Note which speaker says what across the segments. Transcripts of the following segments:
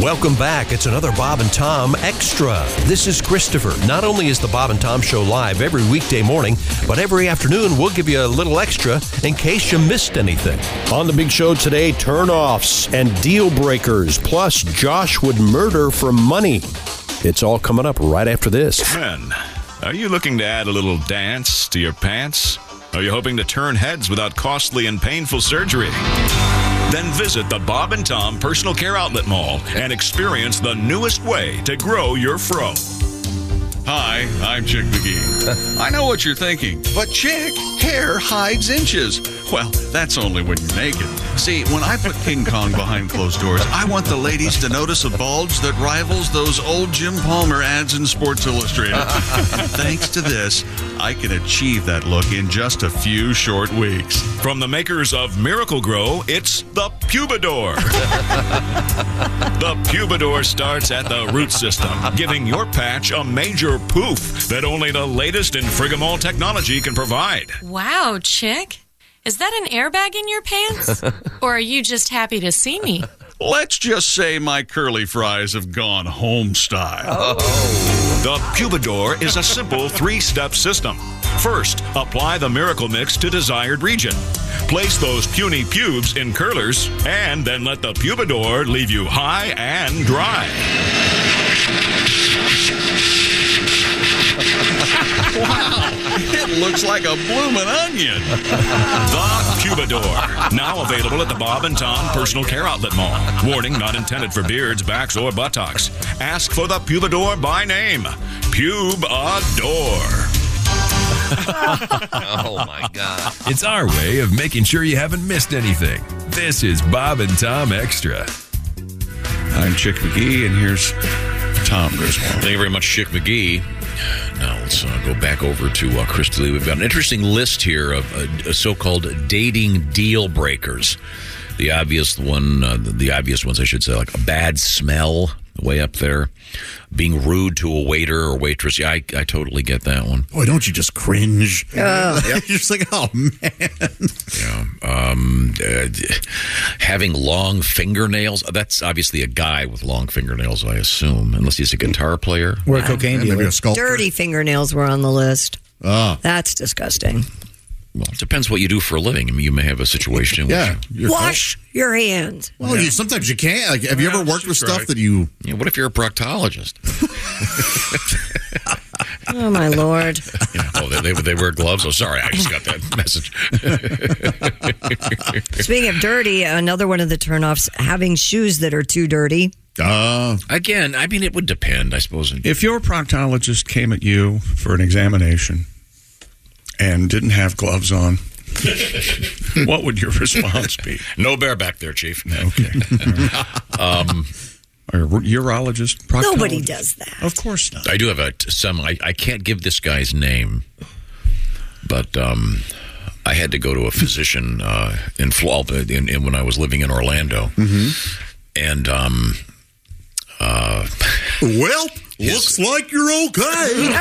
Speaker 1: Welcome back. It's another Bob and Tom Extra. This is Christopher. Not only is the Bob and Tom Show live every weekday morning, but every afternoon we'll give you a little extra in case you missed anything.
Speaker 2: On the big show today, turnoffs and deal breakers, plus Josh would murder for money. It's all coming up right after this.
Speaker 3: Men, are you looking to add a little dance to your pants? Are you hoping to turn heads without costly and painful surgery? Then visit the Bob and Tom Personal Care Outlet Mall and experience the newest way to grow your fro.
Speaker 4: Hi, I'm Chick McGee. I know what you're thinking, but Chick, hair hides inches. Well, that's only when you're naked. See, when I put King Kong behind closed doors, I want the ladies to notice a bulge that rivals those old Jim Palmer ads in Sports Illustrated. and thanks to this, I can achieve that look in just a few short weeks.
Speaker 3: From the makers of Miracle Grow, it's the Pubador. the Pubador starts at the root system, giving your patch a major poof that only the latest in Frigamol technology can provide.
Speaker 5: Wow, Chick. Is that an airbag in your pants? or are you just happy to see me?
Speaker 4: Let's just say my curly fries have gone home style.
Speaker 3: Oh. The Pubador is a simple three step system. First, apply the miracle mix to desired region. Place those puny pubes in curlers, and then let the Pubador leave you high and dry.
Speaker 4: It looks like a bloomin' onion.
Speaker 3: The Pubador, now available at the Bob and Tom Personal Care Outlet Mall. Warning not intended for beards, backs, or buttocks. Ask for the Pubador by name. Pubador.
Speaker 6: Oh my God.
Speaker 7: It's our way of making sure you haven't missed anything. This is Bob and Tom Extra.
Speaker 4: I'm Chick McGee, and here's Tom Griswold.
Speaker 6: Thank you very much, Chick McGee. Now let's uh, go back over to uh, Chris Lee. We've got an interesting list here of uh, so-called dating deal breakers. The obvious one, uh, the obvious ones, I should say, like a bad smell, way up there, being rude to a waiter or waitress. Yeah, I, I totally get that one.
Speaker 8: Boy, don't you just cringe? You're just like, oh man.
Speaker 6: um, uh, having long fingernails. That's obviously a guy with long fingernails, I assume, unless he's a guitar player.
Speaker 8: We're a cocaine
Speaker 9: And
Speaker 8: dealer.
Speaker 9: maybe a sculptor.
Speaker 10: Dirty fingernails were on the list.
Speaker 8: Ah.
Speaker 10: That's disgusting.
Speaker 6: Well, it depends what you do for a living. I mean, you may have a situation in which.
Speaker 8: Yeah. Your
Speaker 10: Wash your hands.
Speaker 8: Well, you, sometimes you can't. Like, have you ever worked with stuff that you?
Speaker 6: Yeah, what if you're a proctologist?
Speaker 10: Oh my lord.
Speaker 6: Yeah. Oh, they, they, they wear gloves. Oh, sorry, I just got that message.
Speaker 10: Speaking of dirty, another one of the turnoffs: having shoes that are too dirty.
Speaker 8: Uh,
Speaker 6: Again, I mean, it would depend, I suppose.
Speaker 4: Oh. If your proctologist came at you for an examination and didn't have gloves on, what would your response be?
Speaker 6: No bear back there, Chief.
Speaker 4: Okay.
Speaker 6: Um,
Speaker 4: Or a urologist, proctologist?
Speaker 10: Nobody does that.
Speaker 4: Of course not.
Speaker 6: I do have a t- some. I, I can't give this guy's name, but um, I had to go to a physician uh, in Florida in, in, when I was living in Orlando, and um, uh,
Speaker 8: well, looks like you're okay.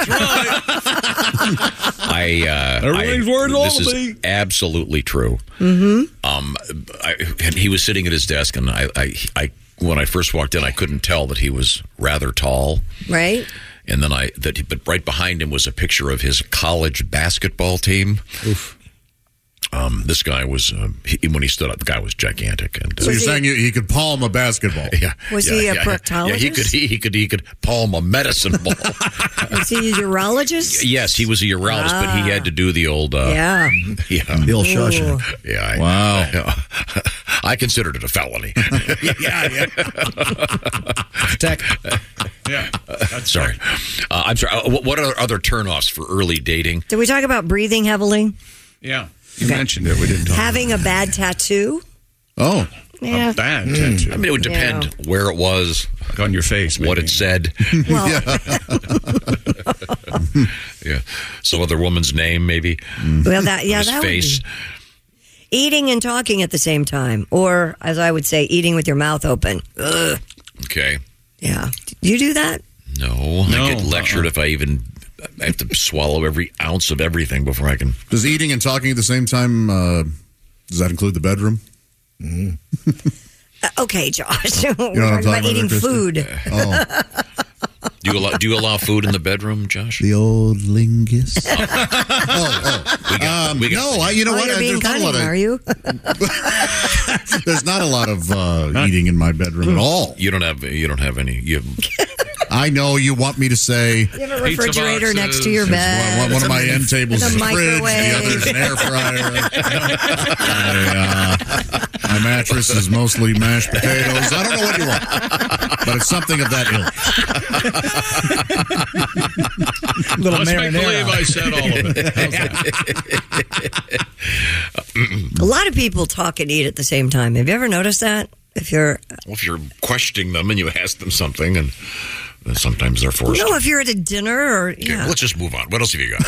Speaker 6: I uh,
Speaker 4: Everything's
Speaker 6: I,
Speaker 4: where it'll
Speaker 6: this
Speaker 4: all
Speaker 6: is
Speaker 4: be.
Speaker 6: Absolutely true. Mm-hmm. Um, I, and he was sitting at his desk, and I, I, I, when I first walked in, I couldn't tell that he was rather tall.
Speaker 10: Right?
Speaker 6: and then I that but right behind him was a picture of his college basketball team. Um, this guy was um, he, when he stood up, the guy was gigantic, and uh,
Speaker 8: so you're
Speaker 10: he-
Speaker 8: saying you, he could palm a basketball?
Speaker 6: yeah,
Speaker 10: Was
Speaker 6: yeah,
Speaker 10: he a
Speaker 6: yeah, yeah. Yeah, he could
Speaker 10: proctologist?
Speaker 6: he, he could he could palm a medicine ball.
Speaker 10: Is he a urologist?
Speaker 6: yes, he was a urologist, but he had to do the old uh,
Speaker 10: Yeah.
Speaker 6: yeah.
Speaker 8: Bill
Speaker 10: Ooh.
Speaker 8: Shawshank.
Speaker 6: Yeah, I,
Speaker 8: Wow.
Speaker 6: I, considered it a felony.
Speaker 8: yeah, yeah. Tech.
Speaker 6: sorry, uh, I'm sorry. Uh, what what are other turnoffs for early dating?
Speaker 10: Did we talk about breathing heavily?
Speaker 4: Yeah. You mentioned it. We didn't talk
Speaker 10: Having a bad tattoo?
Speaker 8: Oh,
Speaker 10: Yeah.
Speaker 4: bad tattoo.
Speaker 6: I mean, it would depend where it was,
Speaker 4: Like on your face.
Speaker 6: what
Speaker 4: maybe.
Speaker 6: it said.
Speaker 10: Well,
Speaker 6: Yeah. Some other woman's name, maybe.
Speaker 10: well, that yeah,
Speaker 6: His
Speaker 10: that
Speaker 6: face.
Speaker 10: would be eating and talking at the same time, or as I would say, eating with your mouth open. Ugh.
Speaker 6: Okay.
Speaker 10: Yeah, you do that?
Speaker 6: No,
Speaker 4: No,
Speaker 6: I get lectured if I even. I have to swallow every ounce of everything before I can.
Speaker 8: does eating and talking at the same time? Uh, does that include the bedroom?
Speaker 10: okay, Josh. We're
Speaker 6: know what I'm talking
Speaker 10: talking about
Speaker 6: about,
Speaker 10: eating
Speaker 6: Kristen?
Speaker 10: food.
Speaker 6: Oh. Do you allow do you allow food in the bedroom, Josh?
Speaker 8: The old lingus.
Speaker 6: We got,
Speaker 8: Um,
Speaker 6: we got,
Speaker 8: no, I, you know
Speaker 10: Oh,
Speaker 8: what?
Speaker 10: you're
Speaker 8: I-
Speaker 10: being
Speaker 8: there's, not a
Speaker 10: cunning,
Speaker 8: lot
Speaker 10: are
Speaker 8: of,
Speaker 10: you?
Speaker 8: there's not a lot of uh, eating in my bedroom at all.
Speaker 6: you don't have you don't have any. You have
Speaker 8: I know you want me to say
Speaker 10: You have a refrigerator next to your
Speaker 8: There's one-
Speaker 10: bed.
Speaker 8: one, one of my end tables
Speaker 10: The
Speaker 8: is a fridge, the
Speaker 10: microwave.
Speaker 8: other is an air fryer. my, uh, my mattress is mostly mashed potatoes. I don't know what you want, but it's something of that ilk.
Speaker 9: Little
Speaker 3: Let's make believe
Speaker 9: marinara.
Speaker 3: I said all of it.
Speaker 10: A lot of people talk and eat at the same time. Have you ever noticed that? If you're
Speaker 6: well, if you're questioning them and you ask them something, and then sometimes they're forced.
Speaker 10: no, if you're at a dinner or
Speaker 6: Okay,
Speaker 10: yeah,
Speaker 6: well, let's just move on. What else have you got?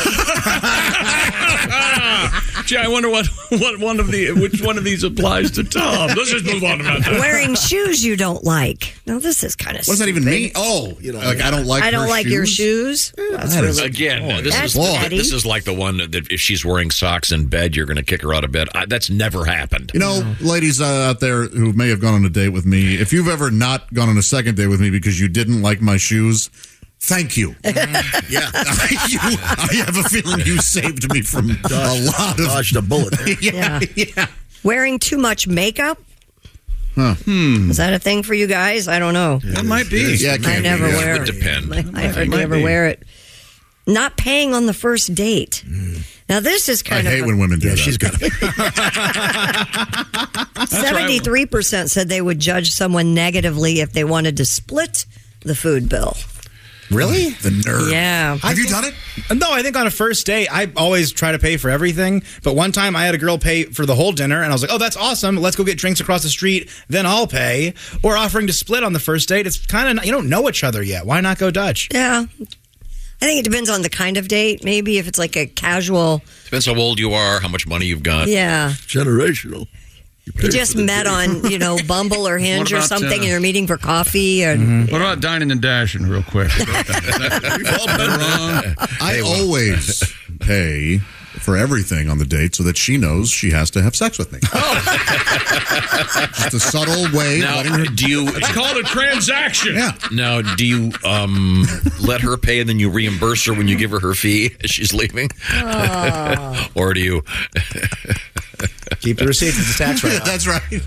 Speaker 9: Gee, I wonder what, what one of the which one of these applies to Tom. Let's just move on about that.
Speaker 10: wearing shoes you don't like. No, this is kind of.
Speaker 8: What does that even mean? Oh, you know, like I don't like.
Speaker 10: I don't
Speaker 8: her
Speaker 10: like your shoes. That's really
Speaker 6: Again, uh, this
Speaker 10: That's
Speaker 6: is
Speaker 10: petty.
Speaker 6: this is like the one that if she's wearing socks in bed, you're going to kick her out of bed. I, that's never happened.
Speaker 8: You know, ladies uh, out there who may have gone on a date with me, if you've ever not gone on a second date with me because you didn't like my shoes, thank you. yeah. You- I have a feeling you saved me from a lot of.
Speaker 11: Dodged a bullet.
Speaker 10: yeah. Wearing too much makeup. Is that a thing for you guys? I don't know.
Speaker 4: That might be.
Speaker 8: Yeah, it
Speaker 10: I
Speaker 8: can't be,
Speaker 10: never
Speaker 8: yeah.
Speaker 10: wear
Speaker 6: would
Speaker 10: it.
Speaker 6: depend.
Speaker 10: I hardly ever wear it. Not paying on the first date. Now this is
Speaker 8: Mm. I
Speaker 10: kind
Speaker 8: hate
Speaker 10: of
Speaker 8: when women do that.
Speaker 11: She's got a
Speaker 10: seventy-three percent said they would judge someone negatively if they wanted to split the food bill.
Speaker 11: really.
Speaker 8: the nerve.
Speaker 10: Yeah.
Speaker 8: Have you done it?
Speaker 9: No, I think on a first date, I always try to pay for everything. But one time, I had a girl pay for the whole dinner, and I was like, "Oh, that's awesome! Let's go get drinks across the street, then I'll pay." Or offering to split on the first date. It's kind of you don't know each other yet. Why not go Dutch?
Speaker 10: Yeah. I think it depends on the kind of date. Maybe if it's like a casual,
Speaker 6: Depends how old you are, how much money you've got.
Speaker 10: yeah,
Speaker 11: generational.
Speaker 10: you just met on you know Bumble or Hinge or
Speaker 4: about,
Speaker 10: something,
Speaker 4: uh,
Speaker 10: and you're meeting for coffee,
Speaker 8: Mm-hmm.
Speaker 10: and
Speaker 4: What about dining and dashing, real quick?
Speaker 8: I always pay for everything on the date so that she knows she has to have sex with me.
Speaker 10: Oh.
Speaker 8: Just a subtle way of
Speaker 6: Now,
Speaker 8: letting her.
Speaker 6: do you
Speaker 9: Called a transaction.
Speaker 8: Yeah.
Speaker 6: now do you um, let her pay and then you reimburse her when you give her her fee as she's leaving,
Speaker 10: Ah.
Speaker 6: or do you?
Speaker 9: Keep the receipts. It's a tax write-off.
Speaker 8: That's right.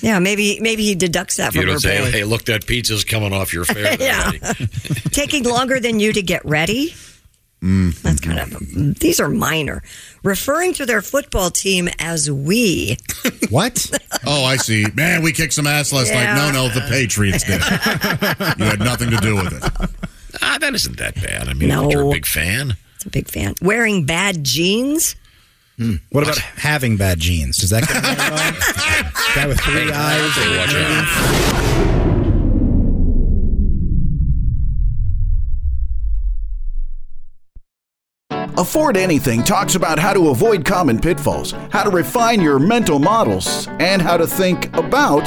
Speaker 10: yeah, maybe maybe he deducts that
Speaker 6: You
Speaker 10: from
Speaker 6: don't
Speaker 10: her
Speaker 6: say,
Speaker 10: pay.
Speaker 6: "Hey, look, that pizza's coming off your fare." there,
Speaker 10: Yeah.
Speaker 6: buddy."
Speaker 10: Taking longer than you to get ready.
Speaker 6: Mm-hmm.
Speaker 10: That's kind of these are minor. Referring to their football team as we.
Speaker 9: What?
Speaker 8: Oh, I see. Man, we kicked some ass last
Speaker 10: Yeah.
Speaker 8: night. No, no, the Patriots did. you had nothing to do with it.
Speaker 6: Ah, that isn't that bad. I mean,
Speaker 10: No.
Speaker 6: if you're a big fan.
Speaker 10: It's a big fan. Wearing bad jeans.
Speaker 9: What about having bad genes? Does that get guy with three eyes?
Speaker 6: Hey, watch out.
Speaker 12: Afford Anything talks about how to avoid common pitfalls, how to refine your mental models, and how to think about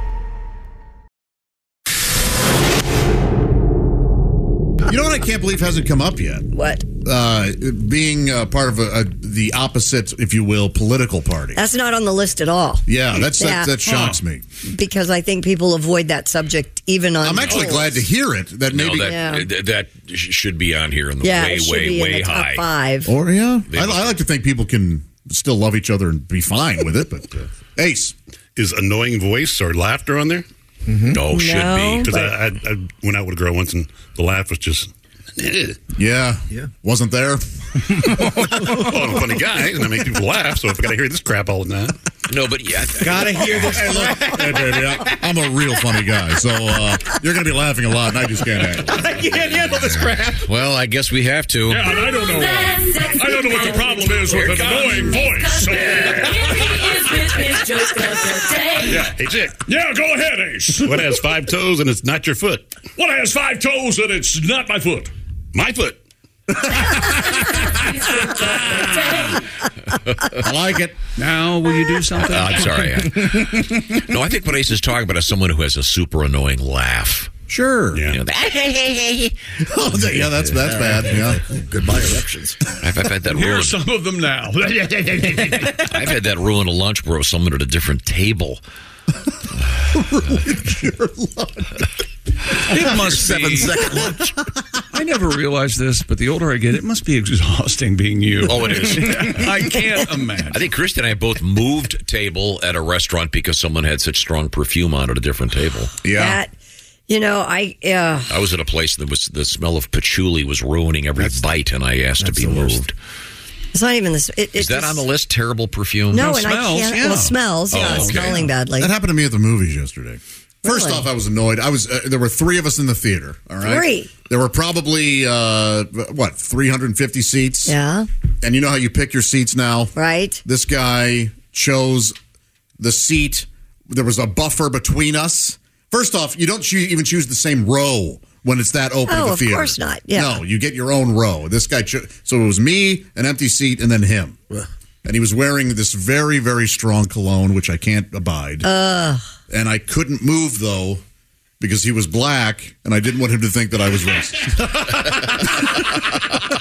Speaker 8: You know what I can't believe hasn't come up yet?
Speaker 10: What?
Speaker 8: Uh, being uh, part of a, a, the opposite, if you will, political party.
Speaker 10: That's not on the list at all.
Speaker 8: Yeah, that's
Speaker 10: Yeah.
Speaker 8: that, that shocks me.
Speaker 10: Because I think people avoid that subject even on
Speaker 8: I'm actually
Speaker 10: polls.
Speaker 8: glad to hear it. That
Speaker 6: No,
Speaker 8: maybe,
Speaker 6: that
Speaker 10: Yeah.
Speaker 6: th- that sh- should be on here in the
Speaker 10: Yeah,
Speaker 6: way,
Speaker 10: it should
Speaker 6: way,
Speaker 10: be in
Speaker 6: way
Speaker 10: the
Speaker 6: high.
Speaker 10: top five.
Speaker 8: or yeah, I, I like to think people can still love each other and be fine with it. But uh, Ace,
Speaker 11: Is annoying voice or laughter on there?
Speaker 6: No, should
Speaker 10: No.
Speaker 6: be.
Speaker 11: Because I, I, I went out with a girl once and the laugh was just
Speaker 8: Yeah. Yeah. Wasn't there?
Speaker 13: well, I'm a funny guy, and I make people laugh. So if I got to hear this crap all the time,
Speaker 6: no, but yeah,
Speaker 13: gotta hear this.
Speaker 8: Hey, baby, I, I'm a real funny guy, so uh, you're going to be laughing a lot, and I just can't handle it.
Speaker 13: I can't handle this crap.
Speaker 6: Well, I guess we have to.
Speaker 13: Yeah, and I don't know. I don't know what the problem is with an annoying voice. yeah, hey Dick. Yeah, go ahead, Ace. What has five toes and it's not your foot? What has five toes and it's not my foot? My foot.
Speaker 4: I like it. Now, will you do something?
Speaker 6: Uh, I'm sorry. no, I think what Ace is talking about is someone who has a super annoying laugh.
Speaker 4: Sure.
Speaker 6: Yeah. You know,
Speaker 8: Oh, that- yeah, that's that's bad. Yeah. Goodbye, elections.
Speaker 6: I've, I've had that
Speaker 13: Here are
Speaker 6: ruined.
Speaker 13: some of them now.
Speaker 6: I've had that ruined a lunch where it was someone at a different table.
Speaker 4: It must
Speaker 13: Your
Speaker 4: be
Speaker 13: seven-second
Speaker 4: lunch. I never realized this, but the older I get, it must be exhausting being you.
Speaker 6: Oh, it is.
Speaker 4: I can't imagine.
Speaker 6: I think Kristen and I both moved table at a restaurant because someone had such strong perfume on at a different table.
Speaker 10: That, you know, I. Uh,
Speaker 6: I was at a place that was the smell of patchouli was ruining every bite, and I asked to be moved.
Speaker 10: it's not even this. It, it
Speaker 6: Is that
Speaker 10: just-
Speaker 6: on the list? Terrible perfume.
Speaker 10: No, and I can't. Well, smells.
Speaker 6: Oh,
Speaker 10: Yeah, smelling badly.
Speaker 8: That happened to me at the movies yesterday. First
Speaker 10: Really?
Speaker 8: off, I was annoyed. I was uh, there were three of us in the theater. All right,
Speaker 10: Three.
Speaker 8: There were probably uh, what 350 seats.
Speaker 10: Yeah.
Speaker 8: And you know how you pick your seats now,
Speaker 10: right?
Speaker 8: This guy chose the seat. There was a buffer between us. First off, you don't choo- even choose the same row when it's that open.
Speaker 10: Oh,
Speaker 8: of the
Speaker 10: of
Speaker 8: theater.
Speaker 10: course not. Yeah.
Speaker 8: No, you get your own row. This guy, cho- so it was me, an empty seat, and then him. And he was wearing this very, very strong cologne, which I can't abide.
Speaker 10: Uh,
Speaker 8: and I couldn't move though because he was black, and I didn't want him to think that I was racist.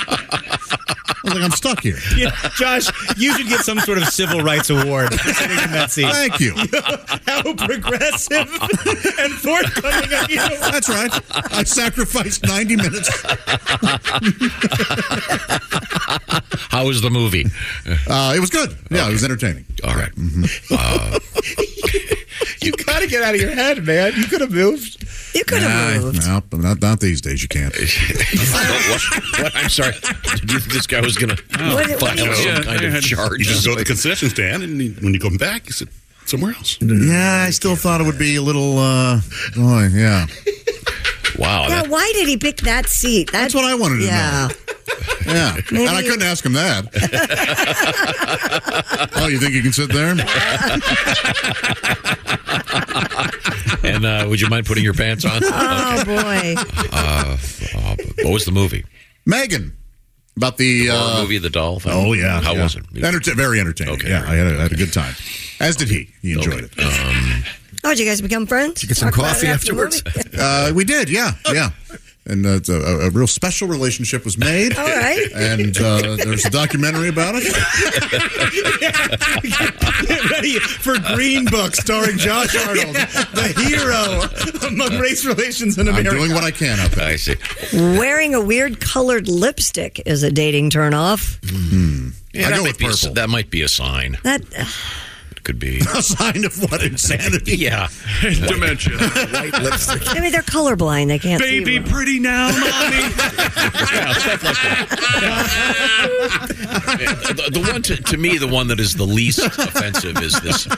Speaker 8: I was like, I'm stuck here.
Speaker 14: Yeah, Josh, you should get some sort of civil rights award for sitting in that seat.
Speaker 8: Thank you.
Speaker 14: How progressive and forthcoming of you.
Speaker 8: That's right. I sacrificed 90 minutes.
Speaker 6: How was the movie?
Speaker 8: Uh, it was good. Yeah, it was entertaining.
Speaker 6: All right. Uh,
Speaker 14: You gotta get out of your head, man. You could have moved.
Speaker 10: You could
Speaker 8: Nah, no, but not, not these days. You can't.
Speaker 6: what, what? I'm sorry. Did you think this guy was going to
Speaker 8: Oh,
Speaker 6: file some kind of charge?
Speaker 13: You just go to the concession stand, and you- when you come back, you sit somewhere else.
Speaker 8: Yeah, I still thought it would be a little. Uh, oh, yeah.
Speaker 6: Wow.
Speaker 10: yeah, why did he pick that seat? That's
Speaker 8: what I wanted to know.
Speaker 10: yeah.
Speaker 8: Yeah.
Speaker 10: Maybe-
Speaker 8: And I couldn't ask him that. oh, you think you can sit there?
Speaker 6: and uh, would you mind putting your pants on?
Speaker 10: Oh, boy.
Speaker 6: Uh, uh, what was the movie?
Speaker 8: Megan. About the,
Speaker 6: Horror
Speaker 8: uh,
Speaker 6: movie The Doll. thing?
Speaker 8: Oh yeah,
Speaker 6: How
Speaker 8: yeah.
Speaker 6: was it?
Speaker 8: Enterta- very entertaining. yeah, I had a, I had a good time. As did he. He enjoyed it.
Speaker 6: Um,
Speaker 10: Oh, did you guys become friends? Talk about it after the movie?
Speaker 8: uh, we did. Yeah, yeah. And uh, it's a, a a real special relationship was made.
Speaker 10: All right.
Speaker 8: And uh, there's a documentary about it.
Speaker 14: Get ready for Green Book starring Josh Arnold, the hero among race relations in
Speaker 8: I'm
Speaker 14: America.
Speaker 8: doing what I can out there.
Speaker 6: I see.
Speaker 10: Wearing a weird colored lipstick is a dating turnoff.
Speaker 6: Yeah,
Speaker 8: I
Speaker 6: that,
Speaker 8: go
Speaker 6: might
Speaker 8: with
Speaker 6: be a,
Speaker 8: purple.
Speaker 6: that might be a sign.
Speaker 10: That
Speaker 6: It could be.
Speaker 8: A sign of what insanity?
Speaker 6: Yeah.
Speaker 13: Dementia.
Speaker 8: White lipstick.
Speaker 10: I mean, they're colorblind. They can't see.
Speaker 13: Baby,
Speaker 10: well.
Speaker 13: pretty now, mommy.
Speaker 6: the, the one to, to me, the one that is the least offensive is this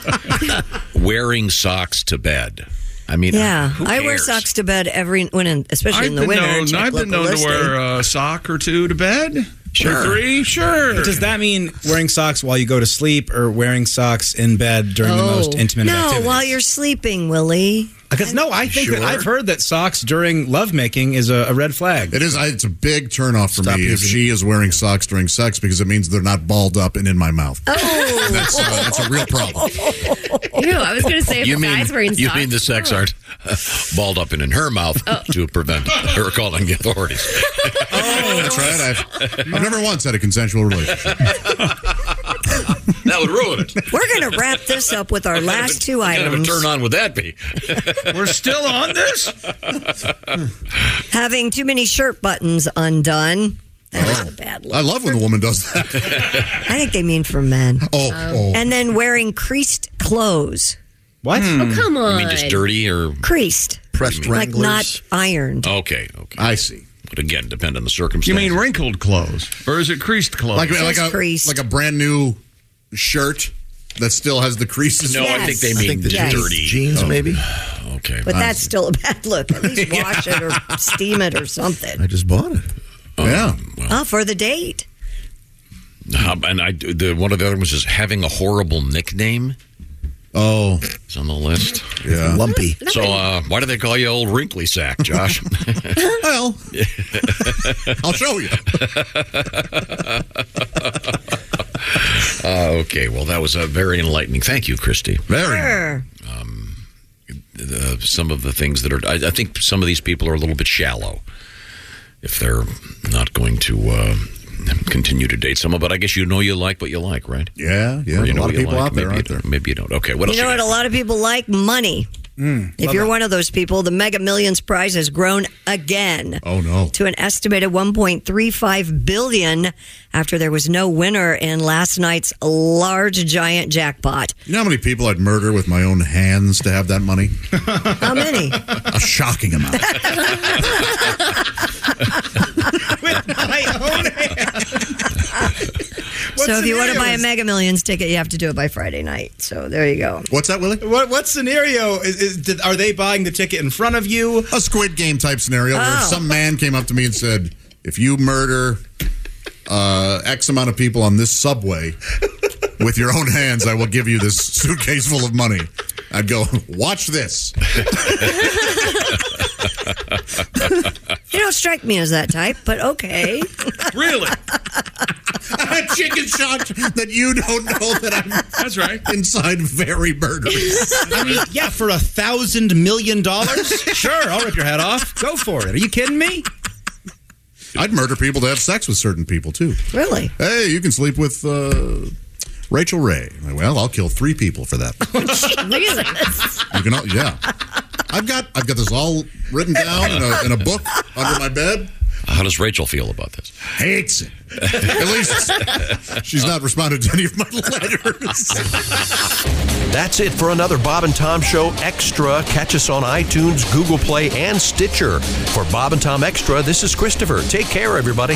Speaker 6: wearing socks to bed. I mean,
Speaker 10: Yeah,
Speaker 6: who
Speaker 10: I wear
Speaker 6: cares?
Speaker 10: socks to bed every when, in, especially
Speaker 4: I've
Speaker 10: in the
Speaker 4: been
Speaker 10: winter.
Speaker 4: known,
Speaker 10: Check
Speaker 4: I've been
Speaker 10: local
Speaker 4: known to
Speaker 10: listing.
Speaker 4: wear uh, a sock or two to bed.
Speaker 6: Sure.
Speaker 4: Or three, sure.
Speaker 14: Does that mean wearing socks while you go to sleep or wearing socks in bed during the most intimate
Speaker 10: Oh. no,
Speaker 14: activity?
Speaker 10: while you're sleeping, Willie.
Speaker 14: Because no, I think that
Speaker 8: Sure.
Speaker 14: I've heard that socks during lovemaking is a, a red flag.
Speaker 8: It is. I, it's a big turnoff for
Speaker 14: Stop
Speaker 8: me if
Speaker 14: using-
Speaker 8: she is wearing socks during sex because it means they're not balled up and in my mouth.
Speaker 10: Oh,
Speaker 8: That's, uh, that's a real problem.
Speaker 15: Ew, I was going to say if
Speaker 6: You
Speaker 15: you
Speaker 6: mean
Speaker 15: guys wearing
Speaker 6: you
Speaker 15: socks.
Speaker 6: mean the sex aren't uh, balled up and in her mouth to prevent her calling the authorities?
Speaker 8: That's right. I've, I've never once had a consensual relationship.
Speaker 6: That would ruin it.
Speaker 10: We're going to wrap this up with our last two
Speaker 6: What kind of a
Speaker 10: items.
Speaker 6: turn on would that be?
Speaker 4: We're still on this?
Speaker 10: Having too many shirt buttons undone. That
Speaker 6: Oh.
Speaker 10: was a bad look.
Speaker 8: I love when the woman does that.
Speaker 10: I think they mean for men.
Speaker 8: Oh,
Speaker 6: Um,
Speaker 8: oh.
Speaker 10: And then wearing creased clothes.
Speaker 14: What?
Speaker 15: oh, come on.
Speaker 6: I mean, just dirty or
Speaker 10: Creased.
Speaker 6: pressed
Speaker 10: Like not ironed.
Speaker 6: Okay, okay.
Speaker 8: I see.
Speaker 6: But again, depend on the circumstances.
Speaker 16: You mean wrinkled clothes, or is it creased clothes?
Speaker 8: Like, like a like a brand new shirt that still has the creases.
Speaker 6: No, I think they mean dirty
Speaker 8: jeans, maybe.
Speaker 6: Okay,
Speaker 10: But that's still a bad look. At least wash it or steam it or something.
Speaker 6: I just bought it. yeah.
Speaker 10: Oh, for the date.
Speaker 6: and I the one of the other ones is having a horrible nickname. Oh, it's on the list.
Speaker 17: Yeah. Lumpy.
Speaker 6: So, uh, why do they call you old wrinkly sack, Josh?
Speaker 8: well,
Speaker 6: I'll
Speaker 8: show you.
Speaker 6: Uh, okay, well, that was uh, very enlightening. Thank you, Christy.
Speaker 10: Sure.
Speaker 6: uh, some of the things that are. I, I think some of these people are a little bit shallow if they're not going to uh, continue to date someone. But I guess you know you like what you like, right?
Speaker 8: Yeah, yeah.
Speaker 6: Or you
Speaker 8: a
Speaker 6: know
Speaker 8: lot
Speaker 6: what
Speaker 8: of
Speaker 6: you
Speaker 8: people
Speaker 6: like,
Speaker 8: out there,
Speaker 6: maybe
Speaker 8: aren't
Speaker 6: you
Speaker 8: there?
Speaker 6: don't. Maybe you don't. Okay, what else?
Speaker 10: you know what? A lot of people like money.
Speaker 6: Mm.
Speaker 10: if you're one of those people, the Mega Millions prize has grown again.
Speaker 8: Oh no!
Speaker 10: To an estimated 1.35 billion after there was no winner in last night's large giant jackpot.
Speaker 8: You know how many people I'd murder with my own hands to have that money?
Speaker 10: How many?
Speaker 8: a shocking amount.
Speaker 9: With my own
Speaker 10: so if you want to buy a
Speaker 9: scenarios?
Speaker 10: Mega Millions ticket, you have to do it by Friday night. So there you go.
Speaker 8: What's that, Willie?
Speaker 9: What what scenario is, is did, are they buying the ticket in front of you?
Speaker 8: A Squid Game type scenario where
Speaker 9: Oh.
Speaker 8: some man came up to me and said, "If you murder uh, X amount of people on this subway with your own hands, I will give you this suitcase full of money." I'd go, "Watch this."
Speaker 10: You don't strike me as that type, but okay.
Speaker 8: really? a chicken shot that you don't know that I'm. That's right. Inside very murdering.
Speaker 9: I mean, yeah, for a thousand million dollars, sure, I'll rip your head off. Go for it. Are you kidding me?
Speaker 8: I'd murder people to have sex with certain people too.
Speaker 10: Really?
Speaker 8: Hey, you can sleep with uh, Rachel Ray. Well, I'll kill three people for that.
Speaker 10: Jesus.
Speaker 8: You can all, yeah. I've got I've got this all written down in a, in a book under my bed.
Speaker 6: How does Rachel feel about this?
Speaker 8: Hates it. At least she's not responded to any of my letters.
Speaker 1: That's it for another Bob and Tom Show Extra. Catch us on iTunes, Google Play, and Stitcher. For Bob and Tom Extra, this is Christopher. Take care, everybody.